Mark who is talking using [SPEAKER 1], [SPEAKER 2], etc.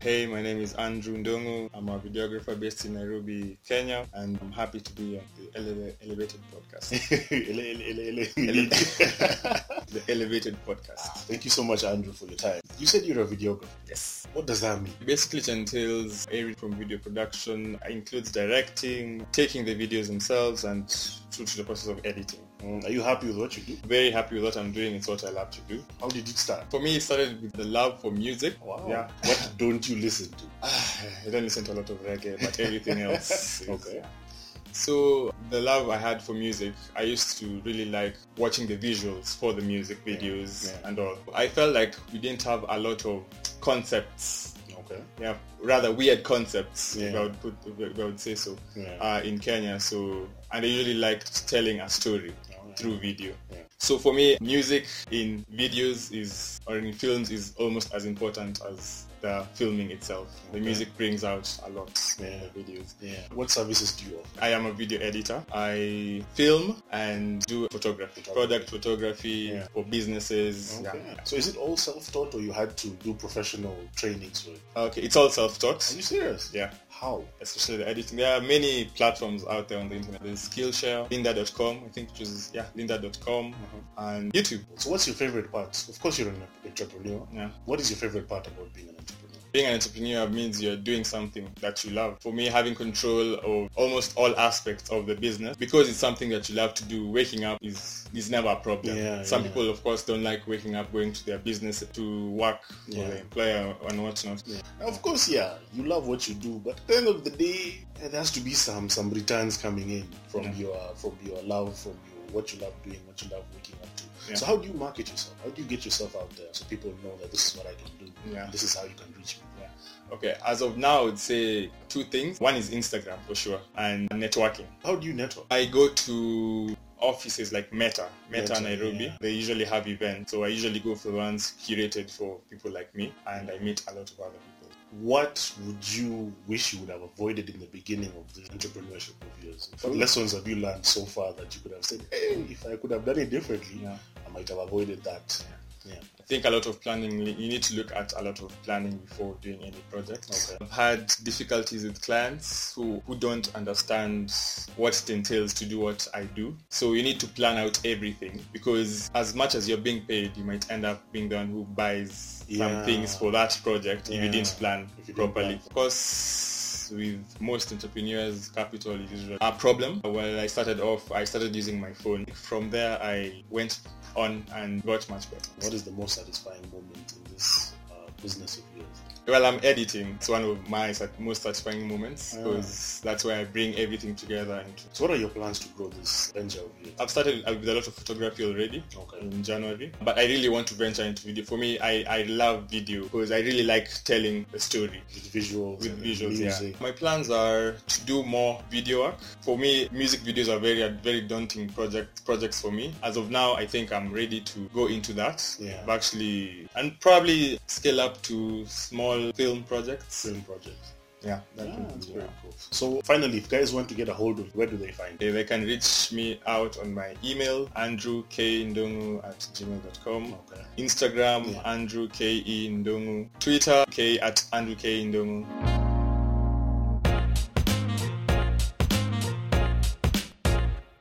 [SPEAKER 1] Hey, my name is Andrew Ndongo. I'm a videographer based in Nairobi, Kenya, and I'm happy to be on the Ele- Elevated Podcast.
[SPEAKER 2] Ele- ele- ele- ele-
[SPEAKER 1] Ele- the Elevated Podcast.
[SPEAKER 2] Thank you so much, Andrew, for your time. You said you're a videographer.
[SPEAKER 1] Yes.
[SPEAKER 2] What does that mean?
[SPEAKER 1] Basically, it entails everything from video production, includes directing, taking the videos themselves, and through to the process of editing.
[SPEAKER 2] Mm, Are you happy with what you do?
[SPEAKER 1] Very happy with what I'm doing. It's what I love to do.
[SPEAKER 2] How did it start?
[SPEAKER 1] For me, it started with the love for music.
[SPEAKER 2] Wow.
[SPEAKER 1] Yeah.
[SPEAKER 2] What don't you listen to?
[SPEAKER 1] I don't listen to a lot of reggae, but everything else. is-
[SPEAKER 2] Okay.
[SPEAKER 1] So the love I had for music, I used to really like watching the visuals for the music videos
[SPEAKER 2] yeah.
[SPEAKER 1] and all. I felt like we didn't have a lot of concepts.
[SPEAKER 2] Okay.
[SPEAKER 1] Yeah, rather weird concepts. If
[SPEAKER 2] Yeah.
[SPEAKER 1] I would put, if I would say so.
[SPEAKER 2] Yeah.
[SPEAKER 1] Uh, in Kenya, so and I really liked telling a story
[SPEAKER 2] Alright.
[SPEAKER 1] through video.
[SPEAKER 2] Yeah.
[SPEAKER 1] So for me, music in videos is or in films is almost as important as the filming itself. The
[SPEAKER 2] Okay.
[SPEAKER 1] music brings out a lot in
[SPEAKER 2] Yeah.
[SPEAKER 1] the videos.
[SPEAKER 2] Yeah. What services do you offer?
[SPEAKER 1] I am a video editor. I film and do photography, product photography
[SPEAKER 2] Yeah.
[SPEAKER 1] for businesses.
[SPEAKER 2] Okay. So is it all self-taught or you had to do professional trainings for it?
[SPEAKER 1] Okay, it's all
[SPEAKER 2] Are
[SPEAKER 1] self-taught.
[SPEAKER 2] you serious?
[SPEAKER 1] Yeah,
[SPEAKER 2] How?
[SPEAKER 1] especially the editing. There are many platforms out there on the internet. There's Skillshare, Linda.com, I think, which is yeah, Linda.com, and YouTube.
[SPEAKER 2] So what's your favorite part? Of course you're an entrepreneur.
[SPEAKER 1] Yeah.
[SPEAKER 2] What is your favorite part about being an entrepreneur?
[SPEAKER 1] Being an entrepreneur means you're doing something that you love. For me, having control of almost all aspects of the business because it's something that you love to do. Waking up is is never a problem.
[SPEAKER 2] Yeah,
[SPEAKER 1] Some
[SPEAKER 2] yeah.
[SPEAKER 1] people, of course, don't like waking up, going to their business to work for
[SPEAKER 2] Yeah.
[SPEAKER 1] the employer and whatnot.
[SPEAKER 2] Now, of course, yeah, you love what you do, but at the end of the day, there has to be some some returns coming in from
[SPEAKER 1] Yeah.
[SPEAKER 2] your from your love, from your what you love doing, what you love waking up to.
[SPEAKER 1] Yeah.
[SPEAKER 2] So how do you market yourself? How do you get yourself out there so people know that this is what I can do?
[SPEAKER 1] Yeah.
[SPEAKER 2] This is how you can reach me.
[SPEAKER 1] Okay, as of now, I would say two things. One is Instagram for sure, and networking.
[SPEAKER 2] How do you network?
[SPEAKER 1] I go to offices like Meta, Meta,
[SPEAKER 2] Meta,
[SPEAKER 1] Nairobi.
[SPEAKER 2] yeah.
[SPEAKER 1] They usually have events, so I usually go for the ones curated for people like me, and I meet a lot of other people.
[SPEAKER 2] What would you wish you would have avoided in the beginning of the entrepreneurship of yours? What
[SPEAKER 1] Ooh.
[SPEAKER 2] lessons have you learned so far that you could have said, hey, if I could have done it differently,
[SPEAKER 1] Yeah.
[SPEAKER 2] I might have avoided that? Yeah.
[SPEAKER 1] I think a lot of planning, you need to look at a lot of planning before doing any project.
[SPEAKER 2] Okay.
[SPEAKER 1] I've had difficulties with clients who, who don't understand what it entails to do what I do. So you need to plan out everything because as much as you're being paid, you might end up being the one who buys
[SPEAKER 2] Yeah.
[SPEAKER 1] some things for that project if
[SPEAKER 2] Yeah.
[SPEAKER 1] you didn't plan
[SPEAKER 2] If you didn't
[SPEAKER 1] properly.
[SPEAKER 2] plan.
[SPEAKER 1] Of course, with most entrepreneurs, capital is usually a problem. Well, I started off, I started using my phone. From there, I went on and got much better.
[SPEAKER 2] What is the most satisfying moment in this uh, business of yours?
[SPEAKER 1] Well, I'm editing. It's one of my sat- most satisfying moments
[SPEAKER 2] Ah.
[SPEAKER 1] because that's where I bring everything together. And
[SPEAKER 2] So what are your plans to grow this venture of yours?
[SPEAKER 1] I've started with a lot of photography already
[SPEAKER 2] Okay.
[SPEAKER 1] in January, but I really want to venture into video. For me, I, I love video because I really like telling a story
[SPEAKER 2] With visuals,
[SPEAKER 1] with
[SPEAKER 2] and
[SPEAKER 1] visuals.
[SPEAKER 2] music.
[SPEAKER 1] Yeah. My plans are to do more video work. For me, music videos are very very daunting project projects for me. As of now, I think I'm ready to go into that.
[SPEAKER 2] Yeah.
[SPEAKER 1] I've Actually, and probably scale up to small film projects.
[SPEAKER 2] Film projects.
[SPEAKER 1] Yeah, that
[SPEAKER 2] Yeah,
[SPEAKER 1] would
[SPEAKER 2] that's
[SPEAKER 1] be-
[SPEAKER 2] very cool. So finally, if guys want to get a hold of you, where do they find
[SPEAKER 1] They
[SPEAKER 2] you?
[SPEAKER 1] they can reach me out on my email, andrewkndongu at gmail.com.
[SPEAKER 2] Okay.
[SPEAKER 1] Instagram,
[SPEAKER 2] Yeah.
[SPEAKER 1] Andrew K E Ndongu. Twitter, K at Andrew K Ndongu.